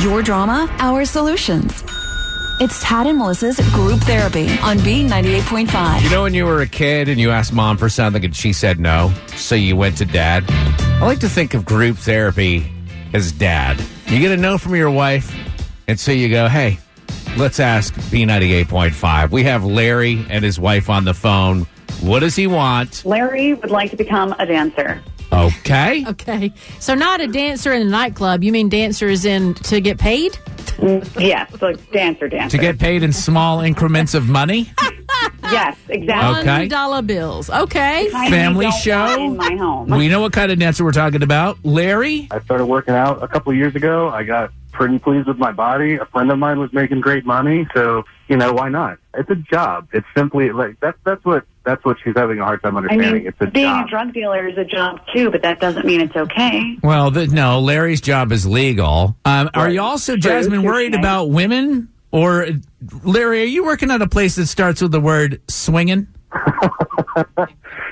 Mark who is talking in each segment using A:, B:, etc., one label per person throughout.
A: Your drama, our solutions. It's Tad and Melissa's group therapy on B98.5.
B: You know, when you were a kid and you asked mom for something and she said no, so you went to dad. I like to think of group therapy as dad. You get a no from your wife, and so you go, hey, let's ask B98.5. We have Larry and his wife on the phone. What does he want?
C: Larry would like to become a dancer.
B: Okay.
D: Okay. So not a dancer in a nightclub. You mean dancers in to get paid?
C: yes, so dancer, dancer.
B: To get paid in small increments of money?
C: yes, exactly.
B: Okay.
D: One dollar bills. Okay.
C: I
B: Family
C: don't
B: show?
C: want in my home.
B: We know what kind of dancer we're talking about. Larry?
E: I started working out a couple of years ago. I got pretty pleased with my body. A friend of mine was making great money, so you know why not? It's a job. It's simply like that's that's what that's what she's having a hard time
C: I
E: understanding.
C: mean,
E: it's a
C: being
E: job.
C: a drug dealer is a job too, but that doesn't mean it's okay.
B: Well, the, no, Larry's job is legal. Um, Are you also, Jasmine,
C: True,
B: worried
C: okay.
B: about women? Or, Larry, are you working at a place that starts with the word swinging?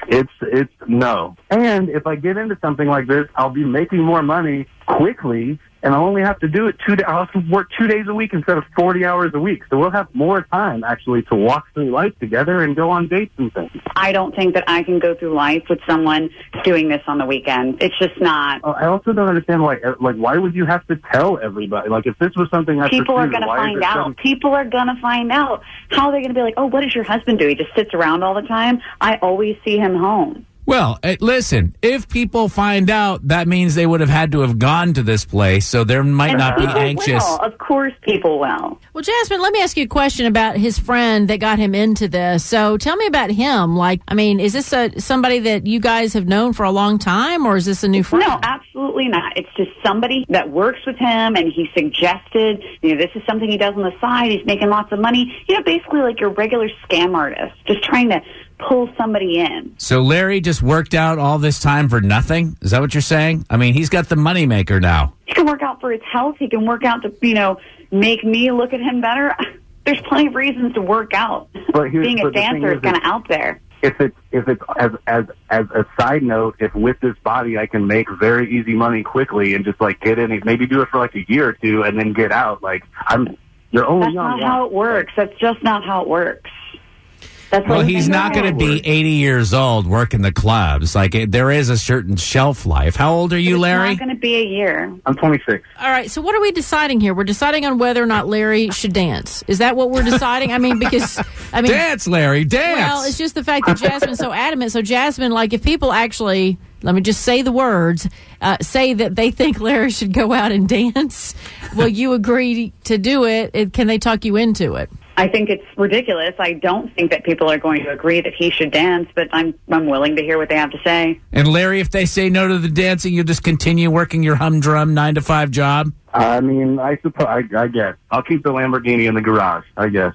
E: It's it's no. And if I get into something like this, I'll be making more money quickly, and I'll only have to do it two. da- I'll have to work two days a week instead of forty hours a week. So we'll have more time actually to walk through life together and go on dates and things.
C: I don't think that I can go through life with someone doing this on the weekend. It's just not.
E: I also don't understand why. uh, Like, why would you have to tell everybody? Like, if this was something I
C: People are
E: pursued,
C: going to
E: why is
C: find
E: it
C: out.
E: some-
C: People are going to find out. How are they going to be like, oh, what does your husband do? He just sits around all the time. I always see him home.
B: Well, eh, listen, if people find out, that means they would have had to have gone to this place, so there might not be
C: people
B: anxious.
C: will. Of course, people will.
D: Well, Jasmine, let me ask you a question about his friend that got him into this. So tell me about him. Like, I mean, is this a somebody that you guys have known for a long time, or is this a new friend?
C: No, absolutely not. It's just somebody that works with him and he suggested, you know, this is something he does on the side. He's making lots of money. You know, basically like your regular scam artist, just trying to pull somebody in.
B: So Larry just worked out all this time for nothing? Is that what you're saying? I mean, he's got the moneymaker now.
C: He can work out for his health. He can work out to, you know, make me look at him better. There's plenty of reasons to work out.
E: But here's-
C: Being a
E: but the thing
C: dancer
E: is
C: is kind of
E: that-
C: out there.
E: if it's if it's as as as a side note, if with this body I can make very easy money quickly and just like get in, and maybe do it for like a year or two and then get out. Like, I'm you're only
C: That's
E: young.
C: not how it works. That's just not how it works. That's
B: Well,
C: like-
B: he's not going to be 80 years old working the clubs. Like, eh, there is a certain shelf life. How old are you, Larry?
C: It's not going to be a year.
E: I'm 26.
D: All right. So what are we deciding here? We're deciding on whether or not Larry should dance. Is that what we're deciding? I mean, because I mean,
B: Dance, Larry, dance.
D: Well, it's just the fact that Jasmine's so adamant. So Jasmine, like, if people actually, let me just say the words, uh, say that they think Larry should go out and dance, will you agree to do it? it? Can they talk you into it?
C: I think it's ridiculous. I don't think that people are going to agree that he should dance, but I'm I'm willing to hear what they have to say.
B: And Larry, if they say no to the dancing, you'll just continue working your humdrum nine to five job.
E: I mean, I suppose I, I guess I'll keep the Lamborghini in the garage. I guess.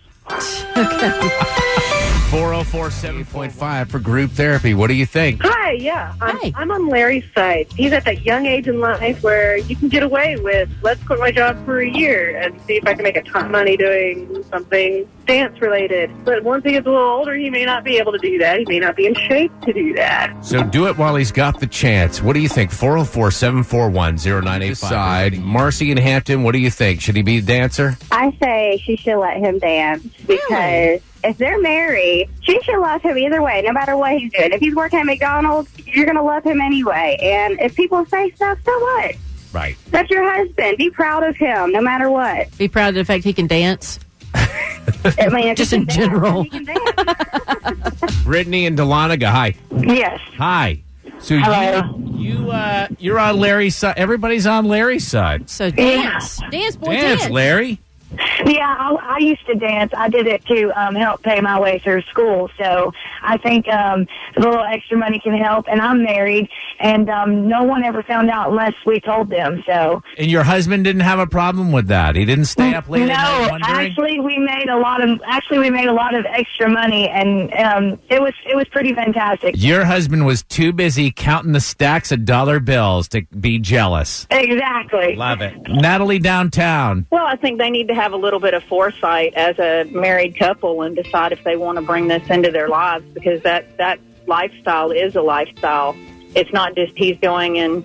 B: 404 for group therapy. What do you think?
F: Hi, yeah. I'm,
D: Hi.
F: I'm on Larry's side. He's at that young age in life where you can get away with, let's quit my job for a year and see if I can make a ton of money doing something dance related. But once he gets a little older, he may not be able to do that. He may not be in shape to do that.
B: So do it while he's got the chance. What do you think? 404 741 Decide. Marcy and Hampton, what do you think? Should he be a dancer?
G: I say she should let him dance because if they're married, she should love him either way, no matter what he's doing. If he's working at McDonald's, you're going to love him anyway. And if people say stuff, so what?
B: Right.
G: That's your husband. Be proud of him, no matter what.
D: Be proud of the fact he can dance.
G: I mean, if
D: Just
G: he
D: in
G: can dance,
D: general.
G: he can dance.
B: Brittany and Dahlonega, hi.
F: Yes.
B: Hi. So
F: Hello.
B: you, you uh, you're on Larry's side. Everybody's on Larry's side.
D: So dance. Dance, boy, dance.
B: Dance, Larry.
H: Yeah, I, I used to dance. I did it to um, help pay my way through school. So I think um, a little extra money can help. And I'm married, and um, no one ever found out unless we told them. So
B: And your husband didn't have a problem with that. He didn't stay up late
H: no,
B: at night wondering.
H: actually, we made a lot of actually we made a lot of extra money, and um, it was it was pretty fantastic.
B: Your husband was too busy counting the stacks of dollar bills to be jealous.
H: Exactly.
B: Love it. Natalie downtown.
F: Well, I think they need to have a little bit of foresight as a married couple and decide if they want to bring this into their lives because that that lifestyle is a lifestyle. It's not just he's going and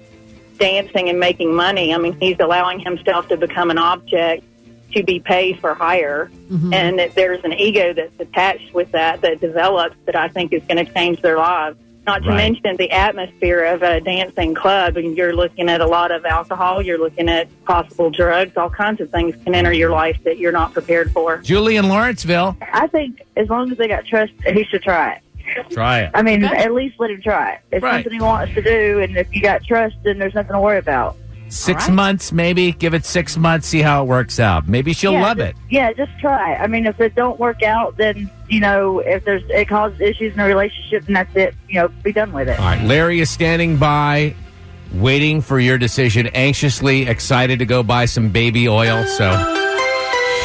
F: dancing and making money. I mean, he's allowing himself to become an object to be paid for hire, and that there's an ego that's attached with that that develops that I think is going to change their lives. Not to
B: Right.
F: mention the atmosphere of a dancing club, and you're looking at a lot of alcohol, you're looking at possible drugs, all kinds of things can enter your life that you're not prepared for.
B: Julie in Lawrenceville.
I: I think as long as they got trust, he should try it.
B: Try it.
I: I mean,
D: Okay.
I: at least let him try it. It's
B: Right.
I: something he wants to do, and if you got trust, then there's nothing to worry about.
B: Six
D: All right.
B: months, maybe. Give it six months, see how it works out. Maybe she'll
I: yeah,
B: love
I: just,
B: it.
I: Yeah, just try it. I mean, if it don't work out, then you know, if there's it causes issues in a relationship, and that's it. You know, be done with it.
B: All right. Larry is standing by, waiting for your decision, anxiously excited to go buy some baby oil. So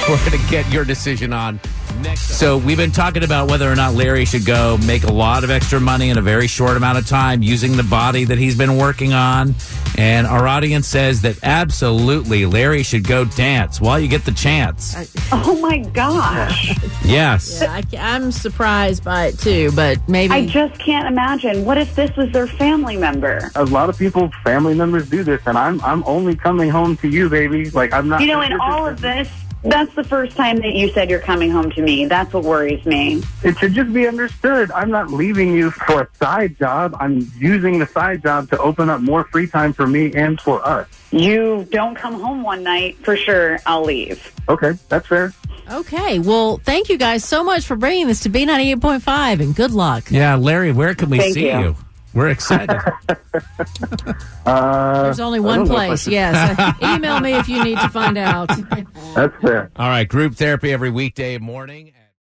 B: we're going to get your decision on next. So we've been talking about whether or not Larry should go make a lot of extra money in a very short amount of time using the body that he's been working on. And our audience says that absolutely Larry should go dance while you get the chance.
C: Oh my gosh.
B: Yes.
D: Yeah, I, am surprised by it too, but maybe
C: I just can't imagine. What if this was their family member?
E: A lot of people, family members, do this, and I'm I'm only coming home to you, baby. Like I'm not.
C: You know, in all of this, that's the first time that you said you're coming home to me. That's what worries me.
E: It should just be understood. I'm not leaving you for a side job. I'm using the side job to open up more free time for me and for us.
C: You don't come home one night, for sure, I'll leave.
E: Okay, that's fair.
D: okay. Well, thank you guys so much for bringing this to B ninety eight point five, and good luck.
B: Yeah, Larry, where can we
C: Thank
B: see
C: you.
B: you? We're excited.
E: Uh,
D: There's only
E: I
D: one
E: don't know if I
D: place.
E: should-
D: Yes, email me if you need to find out.
E: That's fair.
B: All right, group therapy every weekday morning.